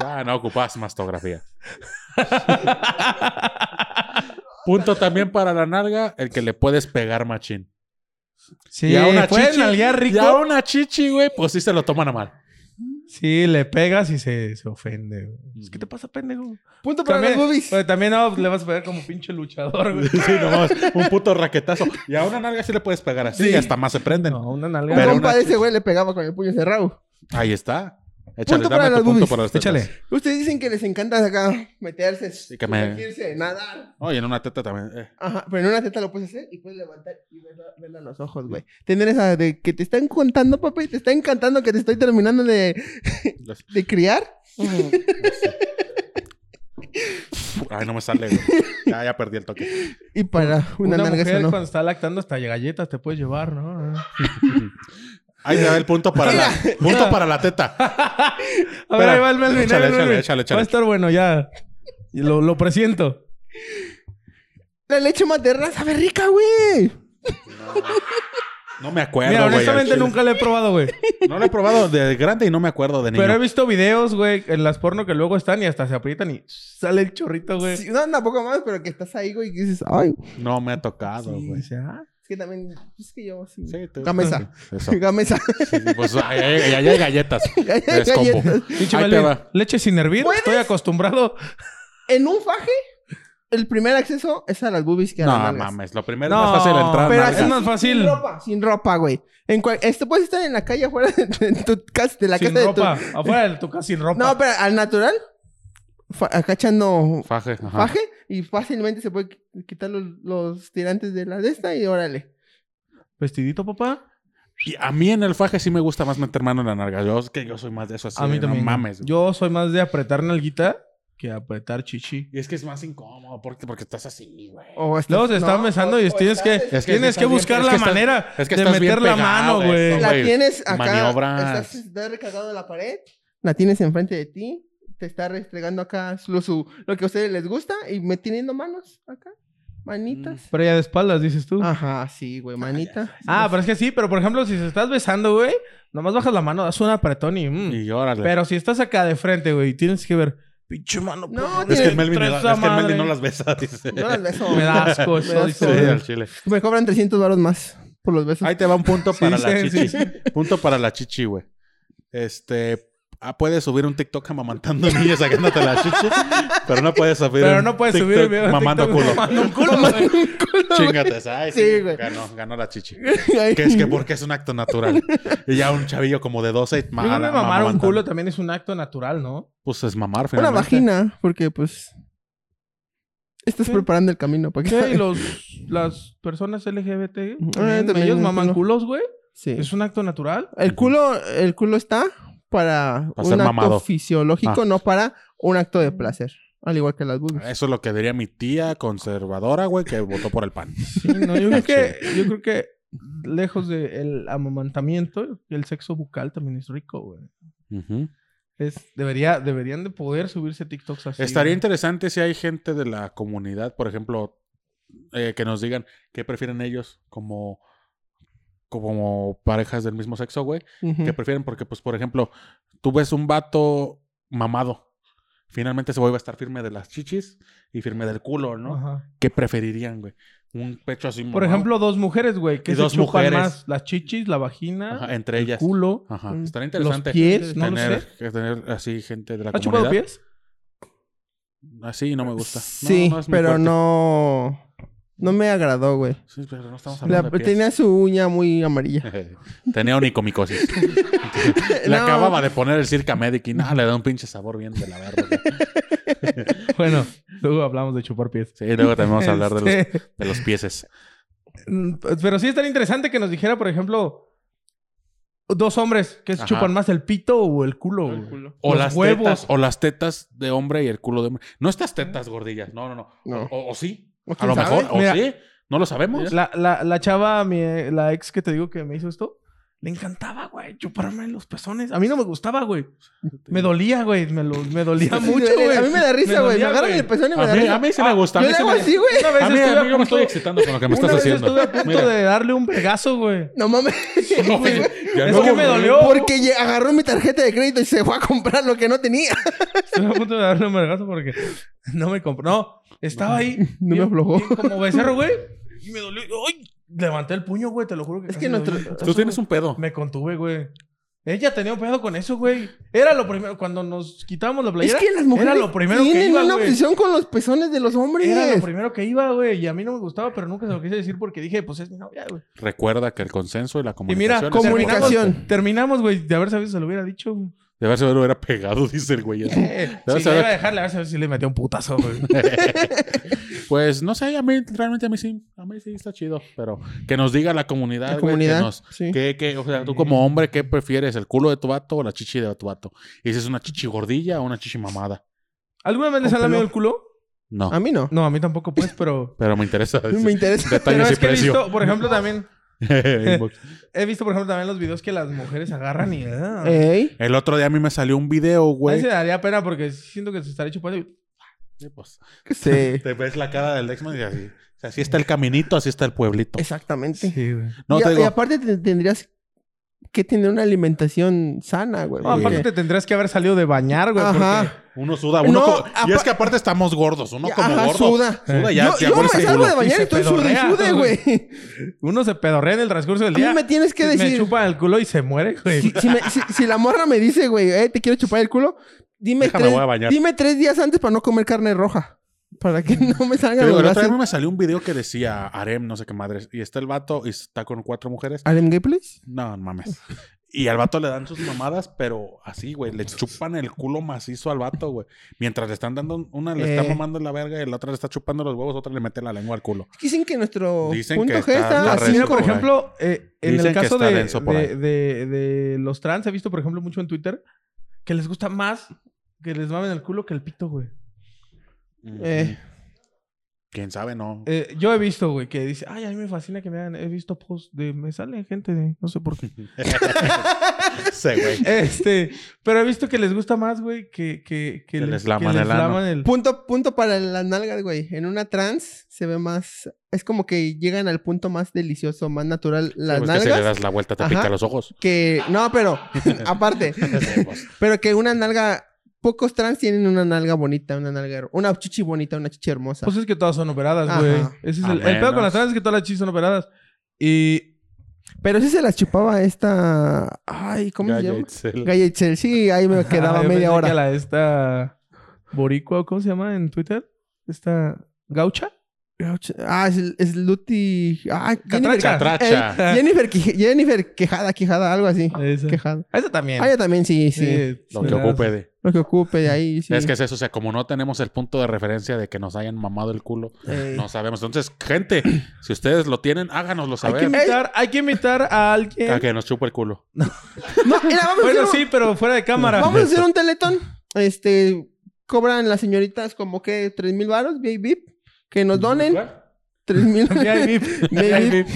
B: ya no ocupas mastografía. Punto también para la nalga, el que le puedes pegar machín.
D: Sí, pueden nalguear
B: y a
D: rico.
B: una chichi, güey, pues sí se lo toman a mal.
D: Sí, le pegas y se, se ofende. güey.
B: Ujú.
D: ¿Qué te pasa, pendejo?
C: Punto para los boobies.
B: pues,
D: pero también no, le vas a pegar como pinche luchador, güey.
B: Sí, nomás, un puto raquetazo. Y a una nalga sí le puedes pegar así
D: Sí.
B: y hasta más se prenden.
D: No, una
C: Un
D: nalga.
B: Pero
C: compa
B: una
C: de ese güey le pegaba con el puño cerrado.
B: Ahí está. Échale,
C: Punto
B: dame
C: para
B: tu
C: las
B: punto
C: boobies.
B: para las tetas.
D: Échale.
C: Ustedes dicen que les encanta acá meterse,
B: que me-
C: sumergirse, nadar.
B: No, y en una teta también. eh.
C: Ajá, pero en una teta lo puedes hacer y puedes levantar y verla, verla a los ojos, güey. Tener esa de que te están contando, papi, te está encantando que te estoy terminando de,
B: Las-
C: de criar.
B: Ay, no me sale, güey. Ya, ya perdí el toque.
C: Y para
D: Una,
C: una, nalga
D: mujer
C: eso no.
D: cuando está lactando hasta galletas te puedes llevar, ¿no?
B: Ahí te va el punto para la, punto para la teta.
D: A ver,
B: Espera.
D: ahí va el Melvin. ahí va el
B: Échale,
D: Melvin.
B: échale, échale, échale.
D: Va a estar bueno ya. Y Lo, lo presiento.
C: La leche materna sabe rica, güey.
B: No me acuerdo,
D: Mira,
B: güey.
D: honestamente
B: al chile.
D: nunca lo he probado, güey.
B: No lo he probado de grande y no me acuerdo de niño.
D: Pero he visto videos, güey, en las porno que luego están y hasta se aprietan y sale el chorrito, güey.
C: Sí, no, tampoco más, pero que estás ahí, güey, y dices, ay,
B: No me ha tocado,
D: Sí,
B: güey.
D: o sea,
C: es que también, es que yo así.
B: Sí, tú-
C: Gamesa.
B: Eso.
C: Gamesa.
B: Sí, pues ahí hay, ahí hay galletas. Es combo.
C: Galletas.
D: Pinche
B: Ahí
D: Melvin,
B: te va.
D: leche sin hervir,
C: ¿Puedes?
D: estoy acostumbrado.
C: En un faje, el primer acceso es a las boobies que a las
B: No
C: nalgas.
B: mames, lo primero
D: No,
B: es más fácil entrar.
D: pero
B: nalga.
D: así- Es más fácil.
C: Sin ropa, sin ropa, güey. En cual- este puedes estar en la calle afuera de, de tu casa, de la
D: sin
C: casa
D: ropa.
C: de
D: Afuera de tu casa sin
C: tu.
D: ropa.
C: No, pero al natural, fa- acá echando
B: Faje. ajá.
C: faje y fácilmente se puede qui- quitar los, los tirantes de la de esta y órale.
D: ¿Vestidito, papá?
B: Y a mí en el faje sí me gusta más meter mano en la narga. Yo es que yo soy más de eso así.
D: a mí
B: de
D: también.
B: No mames. güey.
D: Yo soy más de apretar nalguita que apretar chichi.
B: Y es que es más incómodo porque, porque estás así, güey.
D: Oh,
C: O estás-
D: Luego se están
C: no, pues,
D: besando
C: o-
D: y
C: o
D: tienes que,
C: estás-
B: Es que
D: tienes
B: estás
D: que
B: bien-
D: buscar
B: es
D: la
B: que estás-
D: manera
B: es que
D: de
B: estás bien
D: meter la mano,
B: pegado, güey.
D: güey.
C: La
B: güey,
C: tienes acá.
B: maniobras.
C: Estás, estás recargado en la pared. La tienes enfrente de ti. Te está restregando acá lo, su- lo que a ustedes les gusta y metiendo manos acá. Manitas.
D: Pero ya de espaldas, dices
B: Mm.
D: tú. Ah,
C: Ajá, sí, güey, manita.
D: pero es que sí, pero por ejemplo, si se estás besando, güey, nomás bajas la mano, das un apretón y. mm.
B: Y órale.
D: Pero si estás acá de frente, güey, tienes que ver. Pinche mano.
C: No,
D: por favor,
B: es que el
C: tienes
B: Melvin,
D: entra
B: es
D: esa
B: que el Melvin
D: madre".
B: no las besa, dice.
C: No las beso.
D: Me da asco eso,
C: Me da
B: Sí,
D: dice.
B: al chile.
C: Me cobran 300 baros más por los besos.
B: Ahí te va un punto para la
D: sí,
B: chichi.
D: sí,
B: Punto para la chichi, güey. Este. ah, puedes subir un TikTok amamantando niños sacándote la chichi, pero no puedes subir.
D: Pero
B: un
D: no puedes
B: TikTok
D: subir el video de
B: Mamando
D: TikTok
B: culo.
D: mamando un culo, güey.
B: Chingate, esa. Ay, sí,
C: Sí, güey.
B: Ganó, ganó la chichi.
C: Ahí.
B: Que es que porque es un acto natural. Y ya un chavillo como de 12.
D: Yo
B: ma-
D: creo que mamar un
B: amamantando.
D: culo también es un acto natural, ¿no?
B: Pues es mamar,
C: Una
B: finalmente.
C: vagina, porque pues. Estás
D: Sí.
C: preparando el camino para
D: Sí,
C: que.
D: y los, las personas LGBT,
C: también
D: pues, ellos
C: un
D: maman
C: culo.
D: culos, güey.
C: Sí.
D: Es un acto natural.
C: El culo, el culo está para
B: Para
C: un
B: ser
C: acto
B: mamado.
C: fisiológico,
B: Ah.
C: no para un acto de placer. Al igual que las boobies.
B: Eso es lo que diría mi tía conservadora, güey, que votó por el pan.
D: Sí, no, yo creo que, yo creo que lejos del amamantamiento, el sexo bucal también es rico, güey.
B: Ujú.
D: Es, debería, deberían de poder subirse TikToks así.
B: Estaría
D: güey.
B: interesante si hay gente de la comunidad, por ejemplo, eh, que nos digan qué prefieren ellos como, como parejas del mismo sexo, güey.
C: Ujú.
B: ¿Qué prefieren? Porque, pues, por ejemplo, tú ves un vato mamado. Finalmente ese güey va a estar firme de las chichis y firme del culo, ¿no?
D: Ajá.
B: ¿Qué preferirían, güey? Un pecho así
D: Por
B: mamado.
D: ejemplo, dos mujeres, güey. que
B: Y
D: se
B: dos
D: chupan
B: mujeres.
D: más? Las chichis, la vagina,
B: Ajá, entre
D: el
B: ellas.
D: culo,
B: Ajá.
C: Mm.
B: Estaría
D: los
B: interesante
D: pies, no lo
B: tener,
D: sé.
B: que tener así gente de la
D: ¿Has chupado
B: comunidad.
D: pies?
B: Así no me gusta. No,
C: Sí,
B: no es mi
C: pero
B: fuerte.
C: no. No me agradó, güey.
B: Sí, pero no estamos
C: La-
B: hablando de pies.
C: tenía su uña muy amarilla.
B: Tenía onicomicosis. le
C: No.
B: acababa de poner el circamedic y nada, le da un pinche sabor bien de la verga. güey.
D: Bueno, luego hablamos de chupar pies.
B: Sí, luego también vamos a hablar de los,
D: Este,
B: de los pieses.
D: mm, Pero sí es tan interesante que nos dijera, por ejemplo, dos hombres que se
B: Ajá.
D: chupan más el pito o el culo. güey.
B: O
D: Los
B: las
D: huevos.
B: tetas, o las tetas de hombre y el culo de hombre. No estas tetas gordillas, no, no, no.
C: No.
B: O, o- o sí.
C: ¿O
B: A
C: quién
B: lo
C: sabe?
B: mejor, o
D: Mira.
B: sí. No lo sabemos.
D: La, la, la chava, mi, la ex que te digo que me hizo esto, le encantaba, güey, chuparme los pezones. A mí no me gustaba, güey. Me dolía, güey. Me, lo- me dolía mucho, güey.
C: A mí me da risa, Ah, güey. Me
D: dolía,
C: agarran
D: güey.
C: el pezón y me
B: A
C: da
B: mí,
C: risa.
B: a mí sí me gusta. A
C: Yo
B: mí,
C: le
B: sí
C: hago
B: me-
C: así, güey.
D: Una vez
B: a mí-
D: estuve
B: a mí yo
D: a
B: me
D: punto-
B: estoy excitando con lo que me
D: una
B: estás
D: vez
B: haciendo.
D: estuve a punto
B: Mira.
D: de darle un vergazo, güey.
C: No mames.
B: No, güey, ya
D: Es
B: no,
D: que
B: güey.
D: me dolió.
C: Porque lle- agarró mi tarjeta de crédito y se fue a comprar lo que no tenía.
D: Estuve a punto de darle un vergazo porque no me compró. No, estaba ahí.
C: No me aflojó.
D: como becerro, güey. Y me dolió. ¡Ay! Levanté el puño, güey. Te lo juro que.
C: Es
D: casi
C: que
D: me
C: nuestro-
D: dolió el
B: Tú
D: brazo,
B: tienes
D: güey.
B: un pedo.
D: Me contuve, güey. Ella tenía un pedo con eso, güey. Era lo primero. Cuando nos quitábamos la playera.
C: es que las mujeres
D: Era lo primero
C: tienen
D: que iba,
C: una
D: güey.
C: obsesión con los pezones de los hombres.
D: Era lo primero que iba, güey. Y a mí no me gustaba, pero nunca se lo quise decir porque dije, pues es mi novia, güey.
B: Recuerda que el consenso y la
D: Y mira,
B: comunicación. es
C: comunicación.
B: importante.
D: terminamos- Terminamos, güey. De haber sabido se lo hubiera dicho, güey.
B: De haberse lo hubiera pegado, dice el güey.
D: Eh,
B: No,
D: si
B: se
D: le
B: ve
D: iba a
B: que-
D: dejar, le haber sabido si le metía un putazo, güey.
B: Pues no sé, a mí realmente a mí sí, a mí sí está chido, pero que nos diga la comunidad,
C: La
B: güey,
C: comunidad,
B: que nos-
C: sí.
B: que- que, o sea, tú como hombre, ¿qué prefieres? ¿El culo de tu vato o la chichi de tu vato? ¿Y si es una chichi gordilla o una chichi mamada?
D: ¿Alguna vez les
C: Con
D: han lamido
C: pelo.
D: el culo?
B: No,
C: A mí no.
D: No, a mí tampoco, pues, pero.
B: pero me interesa.
C: Me interesa.
D: Pero
B: Detalles y
D: es que he
B: precio.
D: visto, por ejemplo, también.
B: Inbox.
D: He visto, por ejemplo, también los videos que las mujeres agarran y. ah,
C: Ey.
B: el otro día a mí me salió un video,
D: a mí
B: Eh, güey.
D: se daría pena porque siento que se estaría chupando. y-
B: Sí, pues,
C: Sí.
B: te ves la cara del Dexman y así. o sea, Así está el caminito, así está el pueblito.
C: Exactamente.
D: güey.
B: No
C: y,
B: te
C: a- y
B: digo.
C: aparte te- tendrías que tener una alimentación sana, güey.
D: No, aparte te tendrías que haber salido de bañar, güey.
C: Ajá.
B: Uno suda, uno
C: No,
B: como- Y es
C: apa-
B: que aparte estamos gordos, uno
C: Ya,
B: como
C: ajá,
B: gordo.
C: suda.
B: Suda ya,
C: yo
B: ya
C: yo me
B: hueles el
C: salgo
B: culo.
C: de bañar
D: se
C: y estoy sude y
D: pedorrea,
C: sude,
D: ¿no?
C: güey.
D: porque Uno se pedorrea en el transcurso del
C: A mí
D: día.
C: me tienes que
D: Me
C: decir.
D: chupa el culo y se muere, güey.
C: Si, si me- si- si la morra me dice, güey, eh, te quiero chupar el culo, dime
B: Déjame,
C: tres,
B: voy a bañar.
C: dime tres días antes para no comer carne roja. Para que no me salga
B: Te digo,
C: los
B: el otro
C: gases.
B: día me salió un video que decía harem, no sé qué madres. Y está el vato y está con cuatro mujeres.
C: ¿Alien Gameplays?
B: No, no mames. Y al vato le dan sus mamadas, pero así, güey. Le chupan el culo macizo al vato, güey. Mientras le están dando, una le está
C: Eh.
B: mamando la verga y la otra le está chupando los huevos, otra le mete la lengua al culo.
C: Dicen que nuestro
B: Dicen
C: punto
B: que
C: G está,
B: está- está
C: a
D: Mira,
B: recio
C: cinco.
D: por
B: por ahí.
D: ejemplo, eh, en
B: Dicen
D: el
B: que
D: caso
B: está
D: de,
B: denso por
D: de,
B: ahí.
D: de- de los trans, he visto, por ejemplo, mucho en Twitter que les gusta más que les mamen el culo que el pito, güey.
C: Eh.
B: Quién sabe, no.
D: Eh, yo he visto, güey, que dice, ay, a mí me fascina que me hagan. He visto posts de, me sale gente de, no sé por qué.
B: Ese, güey.
D: este, pero he visto que les gusta más, güey, que, que, que,
B: les laman el ano.
D: laman el-
C: Punto, punto para las nalgas, güey. En una trans se ve más. Es como que llegan al punto más delicioso, más natural las
B: Pues que si le
C: nalgas.
B: das la vuelta te
C: Ajá.
B: pica los ojos.
C: Que. No, pero. aparte. pero que una nalga. Pocos trans tienen una nalga bonita, una nalga. her- Una chichi bonita, una chichi hermosa.
D: Pues es que todas son operadas,
C: Ajá.
D: güey. Ese es
B: A
D: el, el pedo con
B: menos.
D: las trans es que todas las chis son operadas. Y
C: Pero sí se las chupaba esta. Ay, ¿cómo
B: Ya,
C: se
B: ya,
C: llama?
B: Itzel.
C: Gaya Itzel. Sí, ahí me quedaba
D: Ah, yo
C: media
D: pensé
C: hora.
D: que la esta boricua, ¿cómo se llama en Twitter? Esta gaucha.
C: Ah, es, es Luti. Ah, Jennifer,
D: Catracha.
B: Catracha.
C: eh, Jennifer, Quije- Jennifer Quejada, Quejada, algo así.
D: Esa.
C: Quejada.
D: Esa también.
C: Ah, ella también, sí, sí.
B: Lo que ocupe de.
C: lo que ocupe de ahí. sí.
B: Es que es eso, o sea, como no tenemos el punto de referencia de que nos hayan mamado el culo,
C: Ey.
B: no sabemos. Entonces, gente, si ustedes lo tienen, háganoslo
D: Hay que,
B: saber.
D: invitar, hay que invitar a alguien.
B: A que nos chupe el culo.
C: No, mira, vamos, a
D: Bueno,
C: hacer un,
D: sí, pero fuera de cámara.
C: vamos a hacer un teletón. Este, cobran las señoritas como que tres mil varos, VIP, VIP, que nos donen tres mil.
D: VIP.
C: VIP.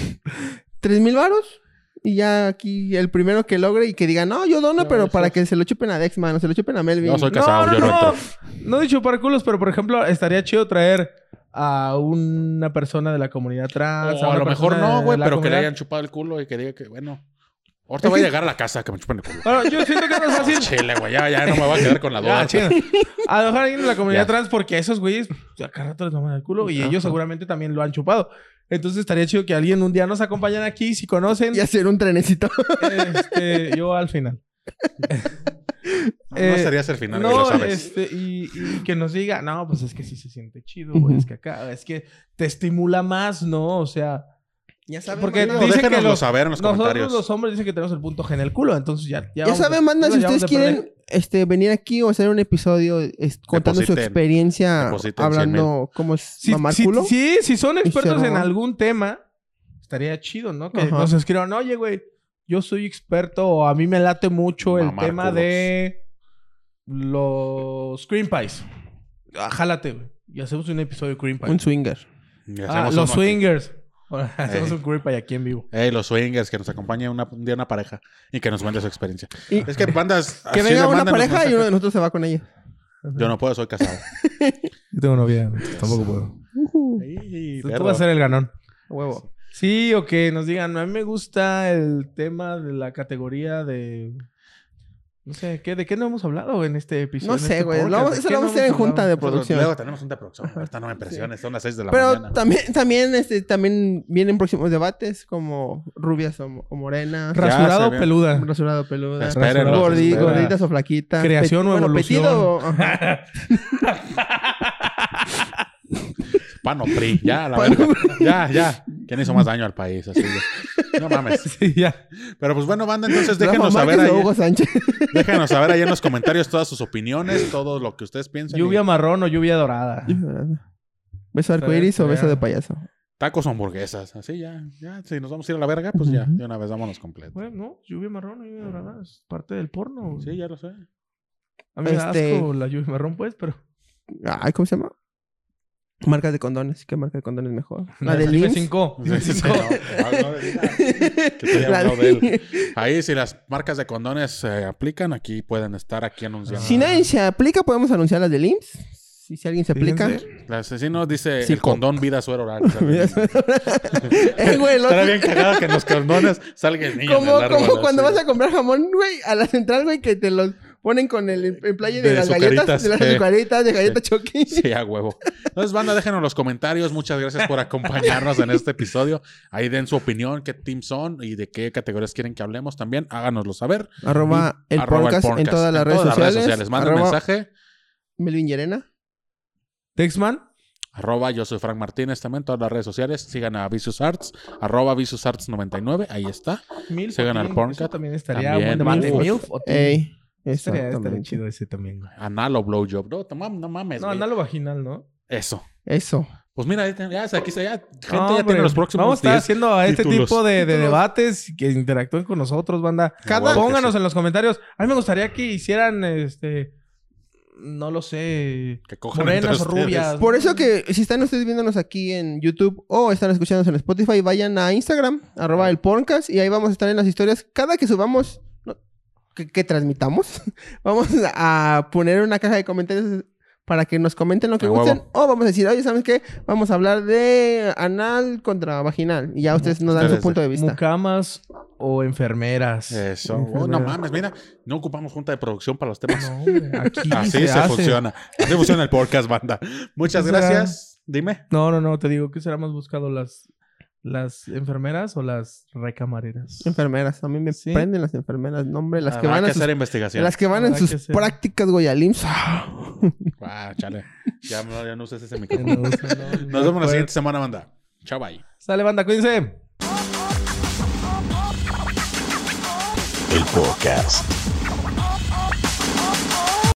C: Tres mil varos. Y ya aquí el primero que logre y que diga, no, yo dono,
D: No,
C: pero para
D: esos-
C: que se lo chupen a Dexman o se lo chupen a Melvin.
B: Yo soy
D: No,
B: casado,
D: no,
B: yo no,
D: no.
B: entro.
D: No de chupar culos, pero por ejemplo, estaría chido traer a una persona de la comunidad trans.
B: o a
D: una
B: lo mejor
D: persona
B: no,
D: de
B: güey,
D: la
B: pero que le
D: comunidad-
B: hayan chupado el culo y que diga que, bueno, ahorita voy a llegar a la casa que me chupen el culo. Ah,
D: Bueno, yo siento que no es fácil.
B: Chile, güey, ya, ya no me voy a quedar con la duda.
D: Ah, Ya, chinga. A lo mejor alguien de la comunidad
B: Ya.
D: trans, porque a esos güeyes, pues, a cada rato les toman el culo y ellos seguramente también lo han chupado. Entonces estaría chido que alguien un día nos acompañen aquí, si conocen.
C: Y hacer un trenecito.
D: Este, yo al final.
B: No,
D: Eh,
B: no sería hasta el final, güey, lo
D: No,
B: sabes.
D: este, y, y que nos diga, no, pues es que sí se siente chido, güey, es que acá, es que te estimula más, ¿no? O sea,
C: Ya saben,
D: Porque
C: manda-
B: No,
D: dicen que
B: déjenoslo
D: los-
B: saber en los
D: nosotros
B: comentarios.
D: los hombres dicen que tenemos el punto G en el culo, entonces ya. Ya,
C: ya
D: vamos a-
C: saben, manda,
D: ya
C: si
D: vamos
C: ustedes
D: a perder.
C: quieren este, venir aquí o hacer un episodio es- contando su
B: Depositen.
C: experiencia
B: Depositen
C: hablando cómo es
D: Si,
C: mamar
D: si,
C: culo.
D: sí, si son expertos en
C: Hicieron-
D: algún tema, estaría chido, ¿no? Que
C: Ajá.
D: nos escriban, oye, güey, yo soy experto o a mí me late mucho el
B: Mamar
D: tema
B: culos.
D: de los cream pies. Ah, jálate, güey. Y hacemos un episodio de cream pie.
C: Un swinger.
B: Y
D: Ah,
B: hacemos
D: los
B: uno aquí.
D: swingers. Ahora, Hacemos
B: Ey.
D: un cream pie aquí en vivo.
B: Ey, los swingers, que nos acompañe una, un día una pareja y que nos cuente su experiencia.
C: Y-
B: es que bandas. así
C: Que venga
B: le
C: una
B: mandan los
C: pareja y
B: mensajes.
C: uno de nosotros se va con ella.
B: Yo no puedo, soy casado.
D: Yo tengo novia, tampoco puedo.
C: Ujú.
B: Ey,
D: Tú,
B: perro.
D: vas a ser el ganón.
C: Huevo.
D: Sí, o que nos digan, a mí me gusta el tema de la categoría de... No sé, ¿qué, ¿de qué no hemos hablado en este episodio?
C: No
D: en
C: sé,
D: este
C: güey. Lo
D: podcast?
C: vamos-
D: ¿De
C: Eso
D: qué
C: lo vamos a
D: no
C: hacer en
D: hemos
C: junta
D: hablado?
C: de
B: Nosotros
C: producción.
B: Luego tenemos junta de producción. Ahorita no me presiones, son las 6 de la
C: Pero
B: mañana.
C: también, también, este, también vienen próximos debates como rubias o, mo- o morenas,
B: Ya
D: Rasurado
B: se
D: o
B: ve.
D: peluda.
C: rasurado peluda,
B: Espérenlos,
C: gordi-
B: espera.
C: gorditas o flaquitas,
D: Creación o evolución.
C: petido, ajá.
B: Pano PRI, ya, a la verga. Ya, ya. ¿Quién hizo más daño al país? Así de- No mames.
D: Sí, ya.
B: Pero pues bueno, banda, entonces
C: Rafa
B: déjenos
C: Márquez
B: saber,
C: o
B: ahí,
C: Hugo Sánchez.
B: déjenos saber ahí en los comentarios todas sus opiniones, todo lo que ustedes piensan. y-
D: Lluvia marrón o lluvia dorada.
C: beso arcoíris o beso de payaso.
B: Tacos o hamburguesas. Así ya, ya. Si nos vamos a ir a la verga, pues ya,
C: Ujú.
B: de una vez vámonos completo.
D: Bueno, no, lluvia marrón o lluvia dorada es parte del porno. güey.
B: Sí, ya lo sé.
D: A mí me da
C: Este-
D: asco la lluvia marrón, pues, pero...
C: Ay, ¿cómo se llama? Marcas de condones. ¿Qué marca de condones mejor? La de
D: Dime
C: Lynx.
D: cinco. Dime
B: Sí, sí,
D: cinco.
B: no. Ah, no, mira. estoy
C: La
B: hablando
C: de-
B: de Ahí, si las marcas de condones se aplican, aquí pueden estar aquí anunciando.
C: Si nadie se aplica, podemos anunciar las de IMSS. Si, si alguien se aplica.
D: Fíjense.
B: El asesino dice
C: Sí,
B: el
C: con-
B: condón vida suero oral.
C: Mira, Eh, güey, el otro-
B: Estará bien cagado que en los condones salga el niño.
C: Como, como cuando vas a comprar jamón, güey, a la central, güey, que te los ponen con el playa de,
B: De
C: las
B: azucaritas,
C: galletas, de las
B: eh.
C: azucaritas, de galletas choquín.
B: Sí, a huevo. Entonces, banda, déjenos en los comentarios. Muchas gracias por acompañarnos en este episodio. Ahí den su opinión, qué team son y de qué categorías quieren que hablemos también. Háganoslo saber.
C: Arroba el
B: Arroba
C: podcast en
B: podcast,
C: todas las redes sociales.
B: Manden
C: Arroba
B: mensaje.
C: Melvin Llerena.
D: Texman.
B: Arroba yo soy Frank Martínez también, todas las redes sociales. Sigan a Vicious Arts, arroba Vicious Arts 99, ahí está.
D: Milf.
B: Se gana el
D: también,
B: Porncat.
D: eso También estaría
B: También,
D: buen debate.
B: Milf.
D: Milf o Tim.
C: Ey,
D: Estaría, estaría
C: exactamente.
D: chido ese también, güey.
B: Analo Blowjob. No, no mam- no mames.
D: No,
B: güey.
D: analo vaginal, ¿no?
B: Eso.
C: Eso.
B: Pues mira, ahí ten- ya, aquí está, ya. Gente,
D: No,
B: ya
D: hombre,
B: tiene los próximos
D: Vamos a estar
B: 10.
D: haciendo a este
B: títulos.
D: tipo de, de
C: Títulos.
D: debates que interactúen con nosotros, banda.
B: Cada-
D: Pónganos en los comentarios. A mí me gustaría que hicieran, este... No lo sé...
B: Que cojan
D: Morenas o
B: entre ustedes.
D: rubias.
C: Por eso que si están ustedes viéndonos aquí en YouTube o están escuchándonos en Spotify, vayan a Instagram, arroba el podcast, y ahí vamos a estar en las historias. Cada que subamos, no, que, que transmitamos, vamos a poner una caja de comentarios para que nos comenten lo que
B: A
C: gusten.
B: huevo.
C: O vamos a decir, oye, ¿sabes qué? Vamos a hablar de anal contra vaginal. Y ya ustedes nos dan su
B: Ustedes
C: punto de vista.
D: Mucamas o enfermeras.
B: Eso. Oh, no mames, mira, no ocupamos junta de producción para los temas.
D: No, hombre, aquí
B: Así se,
D: hace.
B: funciona. Así funciona el podcast, banda. Muchas
D: Eso
B: gracias. Dime.
D: No, no, no. Te digo que será más buscado las... Las enfermeras o las recamareras.
C: Enfermeras, a mí me
D: Sí.
C: prenden las enfermeras, no, hombre, las que
B: Habrá
C: van a
B: Ah, hacer
C: sus,
B: investigación.
C: las que van en
D: Habrá que
C: sus
D: hacer.
C: prácticas, güey, al IMSS.
B: Ah, chale. Ya, no- ya no uses ese
D: Que
B: micrófono.
D: no usan, no, no
B: Nos vemos la
D: pueden.
B: siguiente semana, banda. Chao, bye.
D: Sale, banda, cuídense.
A: El podcast.